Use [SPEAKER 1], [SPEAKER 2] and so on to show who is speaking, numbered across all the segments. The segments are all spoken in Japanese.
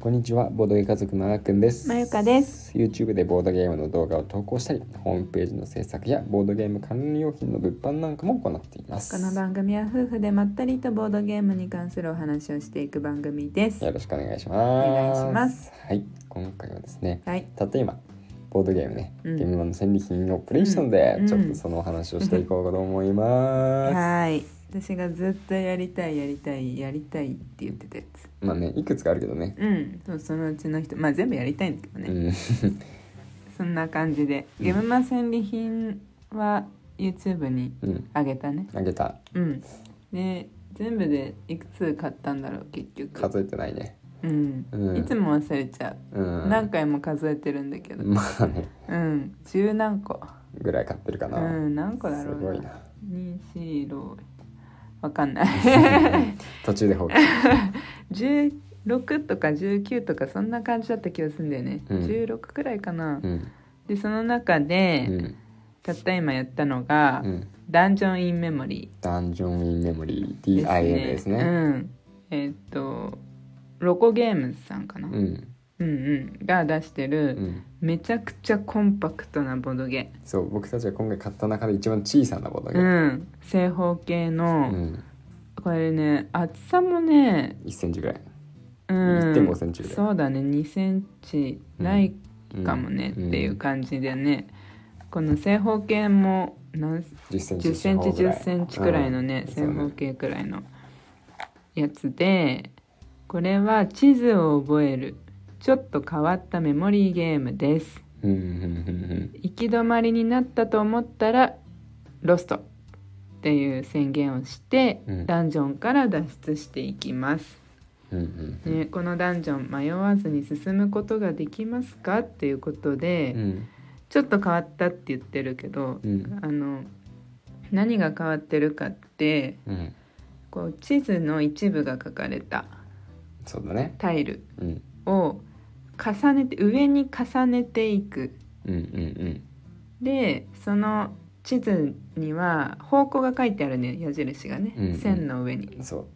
[SPEAKER 1] こんにちは、ボードゲーム家族のあらくんです。
[SPEAKER 2] まゆかです。
[SPEAKER 1] YouTube でボードゲームの動画を投稿したり、ホームページの制作やボードゲーム関連用品の物販なんかも行っています。
[SPEAKER 2] この番組は夫婦でまったりとボードゲームに関するお話をしていく番組です。
[SPEAKER 1] よろしくお願いします。
[SPEAKER 2] お願いします。
[SPEAKER 1] はい、今回はですね、
[SPEAKER 2] はい。
[SPEAKER 1] たった今、ボードゲームね、
[SPEAKER 2] うん
[SPEAKER 1] ゲームマンの戦利品をプレイしたので、
[SPEAKER 2] うん
[SPEAKER 1] ちょっとそのお話をしていこうかと思います。
[SPEAKER 2] はい。私がずっとやりたいやりたいやりたいって言ってたやつ。
[SPEAKER 1] まあね、いくつかあるけどね。
[SPEAKER 2] うん。そうそのうちの人、まあ全部やりたいんだけどね。
[SPEAKER 1] うん、
[SPEAKER 2] そんな感じで、
[SPEAKER 1] うん
[SPEAKER 2] ゲームマ戦利品は YouTube に
[SPEAKER 1] うん、
[SPEAKER 2] あげたね。
[SPEAKER 1] あげた。
[SPEAKER 2] うん。で、全部でいくつ買ったんだろう結局。
[SPEAKER 1] 数えてないね。
[SPEAKER 2] うん。
[SPEAKER 1] うん
[SPEAKER 2] いつも忘れちゃ
[SPEAKER 1] うん。
[SPEAKER 2] う。何回も数えてるんだけど。
[SPEAKER 1] まあね、
[SPEAKER 2] うん。十何個。
[SPEAKER 1] ぐらい買ってるかな。
[SPEAKER 2] うん、何個だろう
[SPEAKER 1] すごいな。
[SPEAKER 2] 2 4 6わか んない
[SPEAKER 1] 途中で放棄。
[SPEAKER 2] 16とか19とかそんな感じだった気がするんだよね、
[SPEAKER 1] うん
[SPEAKER 2] 16くらいかな、
[SPEAKER 1] うん、
[SPEAKER 2] でその中
[SPEAKER 1] う
[SPEAKER 2] で、
[SPEAKER 1] ん、
[SPEAKER 2] たった今やったのが、
[SPEAKER 1] うん。
[SPEAKER 2] ダンジョン・イン・メモリ
[SPEAKER 1] ダンジョン・イン・メモリ
[SPEAKER 2] ー
[SPEAKER 1] ー DIM です
[SPEAKER 2] う
[SPEAKER 1] ね。
[SPEAKER 2] んえーっとロコゲームズさんかな、
[SPEAKER 1] う
[SPEAKER 2] うんん、うんが出して
[SPEAKER 1] う
[SPEAKER 2] る、
[SPEAKER 1] ん
[SPEAKER 2] めちゃくちゃコンパクトなボドゲ
[SPEAKER 1] そう僕たちが今回買った中で一番小さなボードゲ
[SPEAKER 2] う
[SPEAKER 1] ー
[SPEAKER 2] ん正方形の、
[SPEAKER 1] ム、うん
[SPEAKER 2] これね厚さもね
[SPEAKER 1] 1センチぐらい、
[SPEAKER 2] うん
[SPEAKER 1] 1.5センチぐらい
[SPEAKER 2] そうだね2センチない
[SPEAKER 1] うん
[SPEAKER 2] かもね、
[SPEAKER 1] ん
[SPEAKER 2] っていう感じでねこの正方形も何
[SPEAKER 1] 10センチ
[SPEAKER 2] 10センチ
[SPEAKER 1] ぐらい
[SPEAKER 2] 10センチくらいのね、
[SPEAKER 1] うん
[SPEAKER 2] 正方形くらいのやつでこれは地図を覚えるちょっと変わったメモリーゲームです
[SPEAKER 1] うんうん
[SPEAKER 2] 行き止まりになったと思ったらロストっていう宣言をして、
[SPEAKER 1] うん
[SPEAKER 2] ダンジョンから脱出していきます
[SPEAKER 1] うんうんうんうん
[SPEAKER 2] ね、このダンジョン迷わずに進むことができますかっていうことで、
[SPEAKER 1] うん
[SPEAKER 2] ちょっと変わったって言ってるけど、
[SPEAKER 1] うん
[SPEAKER 2] あの何が変わってるかって
[SPEAKER 1] うん
[SPEAKER 2] こう地図の一部が書かれた
[SPEAKER 1] そうだね
[SPEAKER 2] タイル
[SPEAKER 1] うん
[SPEAKER 2] を重ねて上に重ねていく
[SPEAKER 1] うんうん
[SPEAKER 2] でその地図には方向が書いてあるね矢印がね、
[SPEAKER 1] うんうん
[SPEAKER 2] 線の上に
[SPEAKER 1] うんそ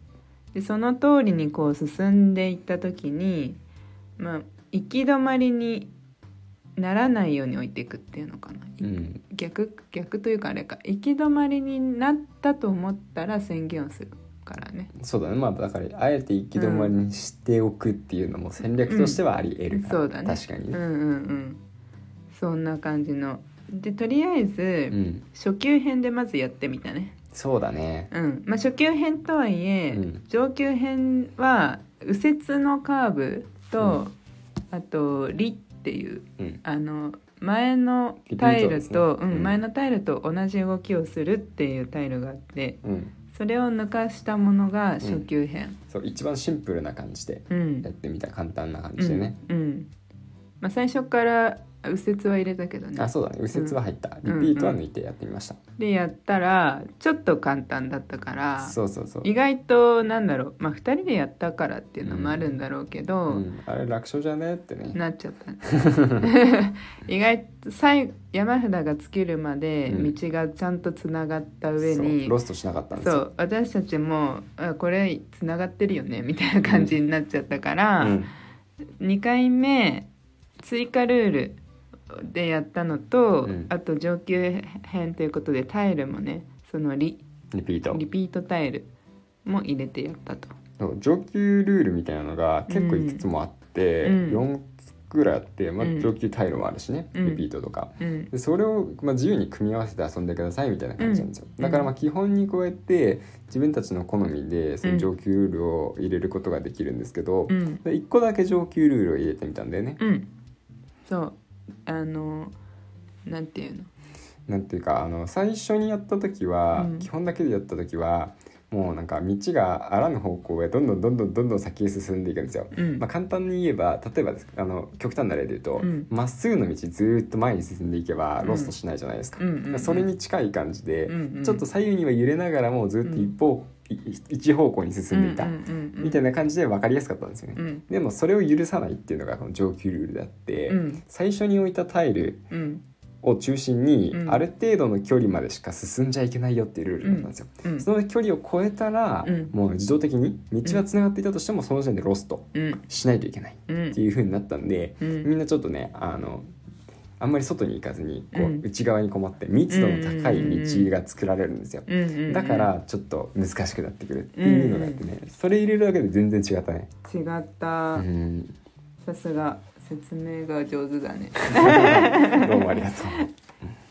[SPEAKER 1] う
[SPEAKER 2] でその通りにこう進んでいった時に、まあ、行き止まりにならないように置いていくっていうのかな、
[SPEAKER 1] うん
[SPEAKER 2] 逆逆というかあれか行き止まりになったと思ったら宣言をするからね
[SPEAKER 1] そうだねまあだからあえて行き止まりにしておくっていうのも戦略としてはあり得るから、
[SPEAKER 2] そうだね
[SPEAKER 1] 確か
[SPEAKER 2] う
[SPEAKER 1] に
[SPEAKER 2] ん
[SPEAKER 1] ね
[SPEAKER 2] うんうんそんな感じのでとりあえず、
[SPEAKER 1] うん
[SPEAKER 2] 初級編でまずやってみたね
[SPEAKER 1] そうだね
[SPEAKER 2] うんまあ初級編とはいえ、
[SPEAKER 1] うん
[SPEAKER 2] 上級編は右折のカーブ
[SPEAKER 1] う
[SPEAKER 2] と、あと「リ」っていう
[SPEAKER 1] うん
[SPEAKER 2] あの前の
[SPEAKER 1] リピ
[SPEAKER 2] タ
[SPEAKER 1] ー
[SPEAKER 2] イ
[SPEAKER 1] トで
[SPEAKER 2] ル
[SPEAKER 1] すね
[SPEAKER 2] と、うん
[SPEAKER 1] うん
[SPEAKER 2] 前のタイルと同じ動きをするっていうタイルがあって
[SPEAKER 1] うん
[SPEAKER 2] それを抜かしたものが初級編、
[SPEAKER 1] そう一番シンプルな感じで
[SPEAKER 2] うん
[SPEAKER 1] やってみた簡単な感じでね、
[SPEAKER 2] うんうんまあ、最初から右折は入れたけどね
[SPEAKER 1] あそうだね右折は入った、
[SPEAKER 2] うん
[SPEAKER 1] リピートは抜いてやってみました、
[SPEAKER 2] でやったらちょっと簡単だったから
[SPEAKER 1] そうそうそう、
[SPEAKER 2] 意外となんだろう、まあ、2人でやったからっていうのもあるんだろうけど、
[SPEAKER 1] うん、あれ楽勝じゃねってね
[SPEAKER 2] なっち ゃったね意外と最後山札が尽きるまで
[SPEAKER 1] う
[SPEAKER 2] 道
[SPEAKER 1] ん
[SPEAKER 2] がちゃんとつながった上
[SPEAKER 1] そ
[SPEAKER 2] に、
[SPEAKER 1] うロストしなかったんです
[SPEAKER 2] そ
[SPEAKER 1] よ
[SPEAKER 2] う私たちもあこれつながってるよねみたいな感じになっちゃったから、
[SPEAKER 1] うん
[SPEAKER 2] 2回目追加ルールでやったのと、
[SPEAKER 1] うん
[SPEAKER 2] あと上級編ということでタイルもねそのリ
[SPEAKER 1] リピート
[SPEAKER 2] リピートタイルも入れてやったと。
[SPEAKER 1] そう上級ルールみたいなのが結構いくつもあって、
[SPEAKER 2] うん
[SPEAKER 1] 4つぐらいあって、まあ
[SPEAKER 2] う、ん
[SPEAKER 1] 上級タイルもあるしね、
[SPEAKER 2] うん
[SPEAKER 1] リピートとか
[SPEAKER 2] うん
[SPEAKER 1] でそれを、まあ、自由に組み合わせて遊んでくださいみたいな感じなんですよ、
[SPEAKER 2] うん
[SPEAKER 1] だからまあ基本にこうやって自分たちの好みでその上級ルールを入れることができるんですけど、
[SPEAKER 2] うん
[SPEAKER 1] で1個だけ上級ルールを入れてみたんだよね、
[SPEAKER 2] うん、そうあのなんていうの
[SPEAKER 1] なんていうかあの最初にやった時は、
[SPEAKER 2] うん
[SPEAKER 1] 基本だけでやった時はもうなんか道があらぬ方向へどんどんどんどんどんどん先へ進んでいくんですよ。
[SPEAKER 2] うん、
[SPEAKER 1] まあ、簡単に言えば例えばですあの極端な例で言うと
[SPEAKER 2] うん
[SPEAKER 1] ま、っすぐの道ずーっと前に進んでいけばロストしないじゃないですか。
[SPEAKER 2] うんうんうんうん
[SPEAKER 1] それに近い感じで、
[SPEAKER 2] うんうん
[SPEAKER 1] ちょっと左右には揺れながらもずーっと一方、いい一方向に進んでいた、
[SPEAKER 2] うんうんうん、
[SPEAKER 1] みたいな感じで分かりやすかったんですよね。
[SPEAKER 2] うん
[SPEAKER 1] でもそれを許さないっていうのがこの上級ルールであって、
[SPEAKER 2] うん
[SPEAKER 1] 最初に置いたタイル
[SPEAKER 2] うん
[SPEAKER 1] を中心に、
[SPEAKER 2] うん
[SPEAKER 1] ある程度の距離までしか進んじゃいけないよっていうルールだったんですよ、
[SPEAKER 2] うん
[SPEAKER 1] その距離を超えたら、
[SPEAKER 2] うん
[SPEAKER 1] もう自動的に道はつながっていたとしても、その時点でロスト
[SPEAKER 2] うん
[SPEAKER 1] しないといけない
[SPEAKER 2] うん
[SPEAKER 1] っていう風になったんで、
[SPEAKER 2] うん
[SPEAKER 1] みんなちょっとねあのあんまり外に行かずにこう、
[SPEAKER 2] うん
[SPEAKER 1] 内側に困って密度の高い道が作られるんですよ、
[SPEAKER 2] うんうん
[SPEAKER 1] だからちょっと難しくなってくるっていうのがあってね、それ入れるだけで全然違ったね、
[SPEAKER 2] 違った、
[SPEAKER 1] うん、
[SPEAKER 2] さすが説明が上手だ ね
[SPEAKER 1] どうもありがと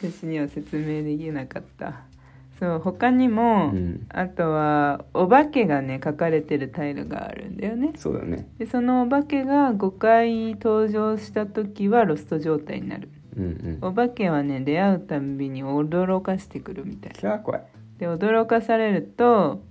[SPEAKER 2] 私には説明できなかったそう他にも、
[SPEAKER 1] う、うん、
[SPEAKER 2] あとはお化けがね書かれてるタイルがあるんだよね
[SPEAKER 1] そうだね
[SPEAKER 2] でそのお化けが5回登場した時はロスト状態になる
[SPEAKER 1] うんうん
[SPEAKER 2] お化けはね出会うたんびに驚かしてくるみたい
[SPEAKER 1] キャー怖い
[SPEAKER 2] で驚かされると、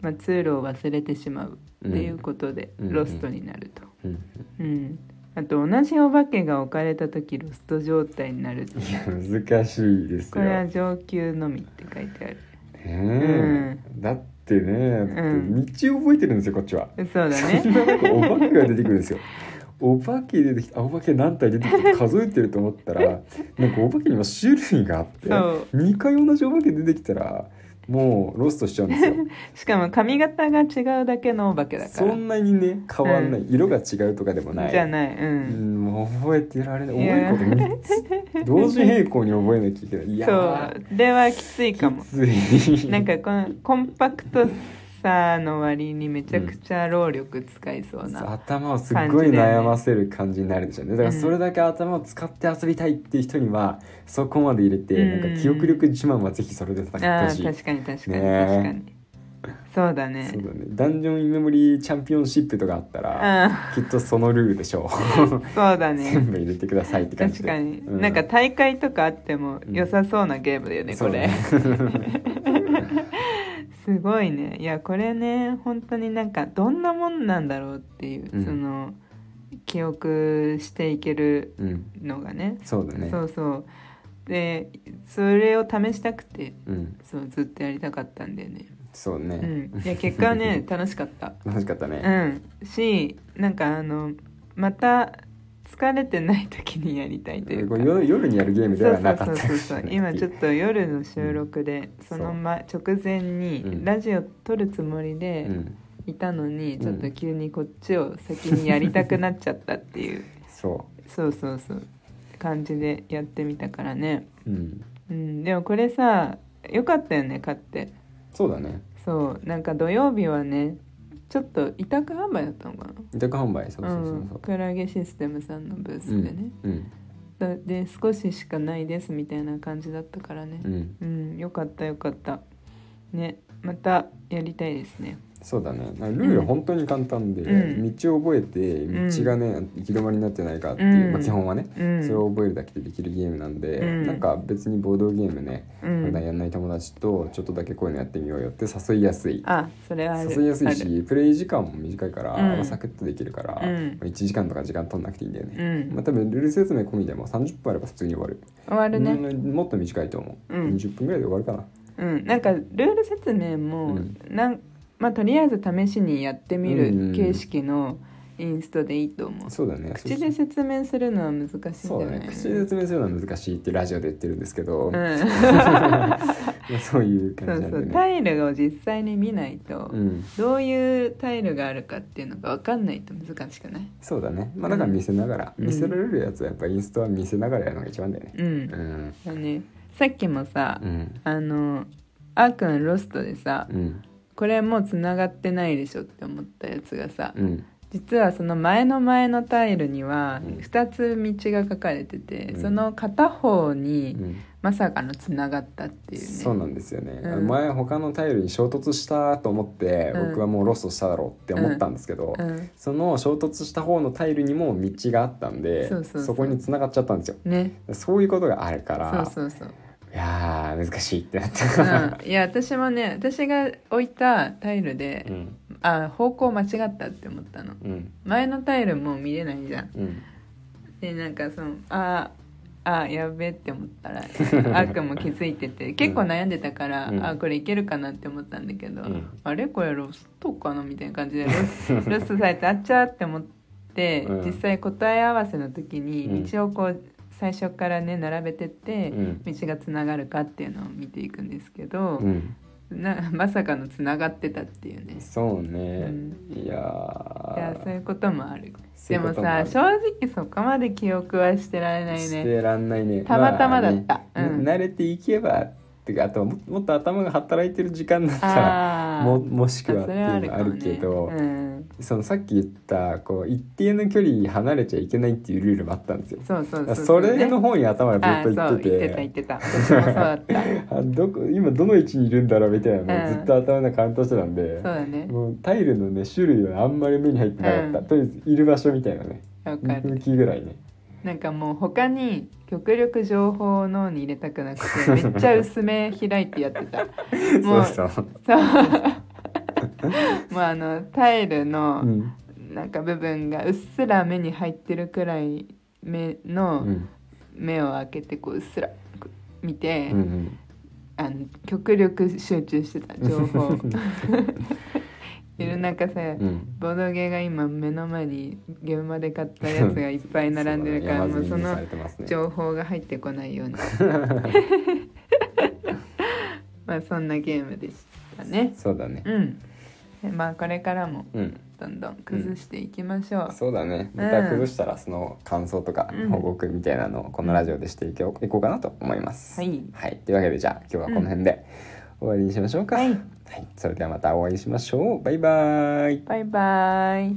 [SPEAKER 2] まあ、通路を忘れてしまうっていうことで、
[SPEAKER 1] うん
[SPEAKER 2] ロストになると、
[SPEAKER 1] うん
[SPEAKER 2] うん、あと同じお化けが置かれた時ロスト状態になる
[SPEAKER 1] いや難しいです
[SPEAKER 2] こ
[SPEAKER 1] よ
[SPEAKER 2] れは上級のみって書いてある
[SPEAKER 1] ねえだってねだ
[SPEAKER 2] う
[SPEAKER 1] って道を覚えてるんですよこっちは、
[SPEAKER 2] そうだ
[SPEAKER 1] そんな
[SPEAKER 2] ね
[SPEAKER 1] 中お化けが出てくるんですよお化け出てきてあお化け何体出てきて数えてると思ったらなんかお化けにも種類があって
[SPEAKER 2] そう
[SPEAKER 1] 2回同じお化け出てきたらもうロストしちゃうんですよ
[SPEAKER 2] しかも髪型が違うだけのお化けだか
[SPEAKER 1] そ
[SPEAKER 2] ら
[SPEAKER 1] んなにね変わんない、色が違うとかでもない
[SPEAKER 2] じゃない、う、
[SPEAKER 1] うんん、もう覚えてられない
[SPEAKER 2] いや
[SPEAKER 1] 覚えること3つ同時並行に覚えなきゃいけないいや
[SPEAKER 2] そ
[SPEAKER 1] ー
[SPEAKER 2] うではきついかも
[SPEAKER 1] きつい
[SPEAKER 2] なんかこのコンパクトさの割にめちゃくちゃ労力使いそうな、
[SPEAKER 1] 頭をすっごい悩ませる感じになるでしょうねだからそれだけ頭を使って遊びたいっていう人にはそこまで入れて、
[SPEAKER 2] うん
[SPEAKER 1] なんか記憶力自慢はぜひそれで戦
[SPEAKER 2] あ
[SPEAKER 1] ってほ
[SPEAKER 2] あ
[SPEAKER 1] しい、
[SPEAKER 2] 確かに確かに確
[SPEAKER 1] ね
[SPEAKER 2] かに、そうだね
[SPEAKER 1] そうだねダンジョンインメモリーチャンピオンシップとかあったら、きっとそのルールでしょう
[SPEAKER 2] うんそうだ
[SPEAKER 1] 全
[SPEAKER 2] ね
[SPEAKER 1] 部入れてくださいって感じ
[SPEAKER 2] 確
[SPEAKER 1] で
[SPEAKER 2] かに、
[SPEAKER 1] う
[SPEAKER 2] なんか大会とかあっても良さそうなゲームだよね、
[SPEAKER 1] そう
[SPEAKER 2] こ
[SPEAKER 1] だ
[SPEAKER 2] れ、
[SPEAKER 1] ね
[SPEAKER 2] すごいねいやこれね本当になんかどんなもんなんだろうっていう、
[SPEAKER 1] うん
[SPEAKER 2] その記憶していける
[SPEAKER 1] うん
[SPEAKER 2] のがね
[SPEAKER 1] そうだね
[SPEAKER 2] そうそうでそれを試したくて
[SPEAKER 1] うん
[SPEAKER 2] そうずっとやりたかったんだよね、
[SPEAKER 1] そう
[SPEAKER 2] う
[SPEAKER 1] ね、
[SPEAKER 2] ん、いや結果は ね楽しかった
[SPEAKER 1] 楽しかった
[SPEAKER 2] う
[SPEAKER 1] ね、
[SPEAKER 2] んしなんかあのまた疲れてない時にやりたいという
[SPEAKER 1] こ
[SPEAKER 2] か
[SPEAKER 1] れ夜夜にやるゲームではなかった
[SPEAKER 2] そうそうそう そう今ちょっと夜の収録で、その、ま、直前
[SPEAKER 1] う
[SPEAKER 2] に
[SPEAKER 1] ん
[SPEAKER 2] ラジオ撮るつもり
[SPEAKER 1] う
[SPEAKER 2] で
[SPEAKER 1] ん
[SPEAKER 2] いたのに、
[SPEAKER 1] ん
[SPEAKER 2] ちょっと急にこっちを先にやりたくなっちゃったっ ていう
[SPEAKER 1] そ
[SPEAKER 2] そうそうそう感じでやってみたからね、
[SPEAKER 1] う、うん、
[SPEAKER 2] うん、でもこれさよかったよね買って
[SPEAKER 1] そうだね
[SPEAKER 2] そうなんか土曜日はねちょっと委託販売だったのかな
[SPEAKER 1] 委託販売そうそうそう
[SPEAKER 2] うん
[SPEAKER 1] そう、
[SPEAKER 2] クラゲシステムさんのブース
[SPEAKER 1] うん
[SPEAKER 2] でね、
[SPEAKER 1] うん
[SPEAKER 2] だで少ししかないですみたいな感じだったからね
[SPEAKER 1] うん、
[SPEAKER 2] うん、よかったよかったねまたやりたいですね
[SPEAKER 1] そうだねルールは本当に簡単で、
[SPEAKER 2] うん
[SPEAKER 1] 道を覚えて
[SPEAKER 2] うん
[SPEAKER 1] 道がね行き止まりになってないかっていう、
[SPEAKER 2] うん
[SPEAKER 1] まあ、基本はね、
[SPEAKER 2] うん
[SPEAKER 1] それを覚えるだけでできるゲームなんで、
[SPEAKER 2] うん
[SPEAKER 1] なんか別にボードゲームね、
[SPEAKER 2] うん
[SPEAKER 1] 普段やんない友達とちょっとだけこういうのやってみようよって誘いやすい
[SPEAKER 2] あそれはある
[SPEAKER 1] 誘いやすい
[SPEAKER 2] ある
[SPEAKER 1] しプレイ時間も短いから、
[SPEAKER 2] うん
[SPEAKER 1] まあサクッとできるから、
[SPEAKER 2] うん
[SPEAKER 1] 1時間とか時間取んなくていいんだよ
[SPEAKER 2] う
[SPEAKER 1] ね、
[SPEAKER 2] ん、
[SPEAKER 1] まあ、多分ルール説明込みでも30分あれば普通に終わる
[SPEAKER 2] 終わるね
[SPEAKER 1] うんもっと短いと思う、
[SPEAKER 2] うん
[SPEAKER 1] 20分ぐらいで終わるかな
[SPEAKER 2] うん、なんかルール説明も、
[SPEAKER 1] うん
[SPEAKER 2] なんまあとりあえず試しにやってみ
[SPEAKER 1] うん
[SPEAKER 2] る形式のインストでいいと思う、
[SPEAKER 1] そうだね
[SPEAKER 2] 口で説明するのは難しいんじゃ
[SPEAKER 1] そうだ
[SPEAKER 2] ない
[SPEAKER 1] ね口で説明するのは難しいってラジオで言ってるんですけ ど、
[SPEAKER 2] うん、
[SPEAKER 1] そういう
[SPEAKER 2] そ
[SPEAKER 1] 感じ
[SPEAKER 2] う
[SPEAKER 1] なん
[SPEAKER 2] そ
[SPEAKER 1] で
[SPEAKER 2] う
[SPEAKER 1] ね
[SPEAKER 2] タイルを実際に見ないと、
[SPEAKER 1] うん、
[SPEAKER 2] どういうタイルがあるかっていうのが分かんないと難しくない
[SPEAKER 1] そうだねまあだから見せながら、
[SPEAKER 2] うん
[SPEAKER 1] 見せられるやつはやっぱインストは見せながらやるのが一番だよね
[SPEAKER 2] うん、
[SPEAKER 1] うん
[SPEAKER 2] だねさっきもさ、
[SPEAKER 1] うん
[SPEAKER 2] あのあーくんロストでさ
[SPEAKER 1] うん
[SPEAKER 2] これもうつながってないでしょって思ったやつがさ
[SPEAKER 1] うん
[SPEAKER 2] 実はその前の前のタイルには
[SPEAKER 1] うん
[SPEAKER 2] 2つ道が書かれてて、
[SPEAKER 1] うん
[SPEAKER 2] その片方
[SPEAKER 1] う
[SPEAKER 2] に
[SPEAKER 1] ん
[SPEAKER 2] まさかのつながったっていうね
[SPEAKER 1] そうなんですよね、
[SPEAKER 2] うん
[SPEAKER 1] あの前他のタイルに衝突したと思って、
[SPEAKER 2] うん
[SPEAKER 1] 僕はもうロストしただろうって思ったんですけど、
[SPEAKER 2] うん
[SPEAKER 1] その衝突した方のタイルにも道があったんで
[SPEAKER 2] そうそうそう
[SPEAKER 1] こに繋がっちゃったんですよ
[SPEAKER 2] ね
[SPEAKER 1] そういうことがあるから
[SPEAKER 2] そうそうそう、
[SPEAKER 1] いやー難しいってなっ
[SPEAKER 2] う
[SPEAKER 1] た、
[SPEAKER 2] ん、いや私もね私が置いたタイルで、
[SPEAKER 1] うん
[SPEAKER 2] あ方向間違ったって思ったの
[SPEAKER 1] うん
[SPEAKER 2] 前のタイルもう見れないじゃん
[SPEAKER 1] うん
[SPEAKER 2] でなんかそのあーあーやべえって思ったらあ ーくんも気づいてて結構悩んでたから、
[SPEAKER 1] うん
[SPEAKER 2] あーこれいけるかなって思ったんだけど、
[SPEAKER 1] うん
[SPEAKER 2] あれこれロストかなみたい な感じでロスロストされてあっちゃーって思って、
[SPEAKER 1] うん
[SPEAKER 2] 実際答え合わせの時
[SPEAKER 1] うん
[SPEAKER 2] に道をこう最初からね並べてって
[SPEAKER 1] うん
[SPEAKER 2] 道がつながるかっていうのを見ていくんですけど
[SPEAKER 1] う、ん
[SPEAKER 2] なまさかのつながってたっていうね
[SPEAKER 1] そうね、
[SPEAKER 2] う
[SPEAKER 1] いや
[SPEAKER 2] いやそういうこともある
[SPEAKER 1] そういうこ
[SPEAKER 2] でも
[SPEAKER 1] ともあ
[SPEAKER 2] さ
[SPEAKER 1] る
[SPEAKER 2] 正直そこまで記憶はしてられない
[SPEAKER 1] し
[SPEAKER 2] ね
[SPEAKER 1] てらんないね
[SPEAKER 2] たまたまだった
[SPEAKER 1] あね
[SPEAKER 2] うん
[SPEAKER 1] 慣れていけばってかあとはももっと頭が働いてる時間だったら
[SPEAKER 2] あー
[SPEAKER 1] ももしくはっ
[SPEAKER 2] あ
[SPEAKER 1] てい
[SPEAKER 2] それはあ
[SPEAKER 1] う
[SPEAKER 2] る
[SPEAKER 1] の
[SPEAKER 2] か
[SPEAKER 1] はあ
[SPEAKER 2] も
[SPEAKER 1] る
[SPEAKER 2] ね
[SPEAKER 1] けど
[SPEAKER 2] うん、
[SPEAKER 1] そのさっき言ったこう一定の距離離れちゃいけないっていうルールもあったんですよ
[SPEAKER 2] そうそう
[SPEAKER 1] だか
[SPEAKER 2] そう
[SPEAKER 1] ら
[SPEAKER 2] そ
[SPEAKER 1] そう
[SPEAKER 2] ね
[SPEAKER 1] れの方に頭がずっと
[SPEAKER 2] あ
[SPEAKER 1] 行っ
[SPEAKER 2] ーそう言っ
[SPEAKER 1] て
[SPEAKER 2] ててた言ってた私もそうだったそう
[SPEAKER 1] あどこ今どの位置にいるんだろうみたいなのを
[SPEAKER 2] うん
[SPEAKER 1] ずっと頭のカウントしてたんで、
[SPEAKER 2] だね
[SPEAKER 1] もうタイルのね種類はあんまり目に入ってなかった、とり
[SPEAKER 2] うん
[SPEAKER 1] あえずいる場所みたいなね
[SPEAKER 2] わかる
[SPEAKER 1] 向きぐらいね
[SPEAKER 2] なんかもう他に極力情報を脳に入れたくなくてめっちゃ薄め開いてやって たもう
[SPEAKER 1] そうそう
[SPEAKER 2] そう もうあのタイルの、
[SPEAKER 1] うん
[SPEAKER 2] なんか部分がうっすら目に入ってるくらい目
[SPEAKER 1] う
[SPEAKER 2] の
[SPEAKER 1] ん
[SPEAKER 2] 目を開けてこううっすらこう見て、
[SPEAKER 1] うんうん
[SPEAKER 2] あの極力集中してた情 報いるなんかさ、
[SPEAKER 1] うん
[SPEAKER 2] ボードゲーが今目の前に現場で買ったやつがいっぱい並んでるからもうそ
[SPEAKER 1] 山積みにさ れてます
[SPEAKER 2] の
[SPEAKER 1] ね
[SPEAKER 2] 情報が入ってこないようなまあそんなゲームでしたね
[SPEAKER 1] そうだね
[SPEAKER 2] うんでまあこれからも
[SPEAKER 1] うん
[SPEAKER 2] どんどん崩していきましょう、
[SPEAKER 1] そうだね
[SPEAKER 2] うん
[SPEAKER 1] また崩したらその感想とか
[SPEAKER 2] うん
[SPEAKER 1] 報告みたいなのをこのラジオでしていけいこうかなと思います
[SPEAKER 2] はい
[SPEAKER 1] はいというわけでじゃあ今日はこの辺で終わりにしましょうか
[SPEAKER 2] はい
[SPEAKER 1] はいそれではまたお会いしましょうバイバイ
[SPEAKER 2] バイバイ。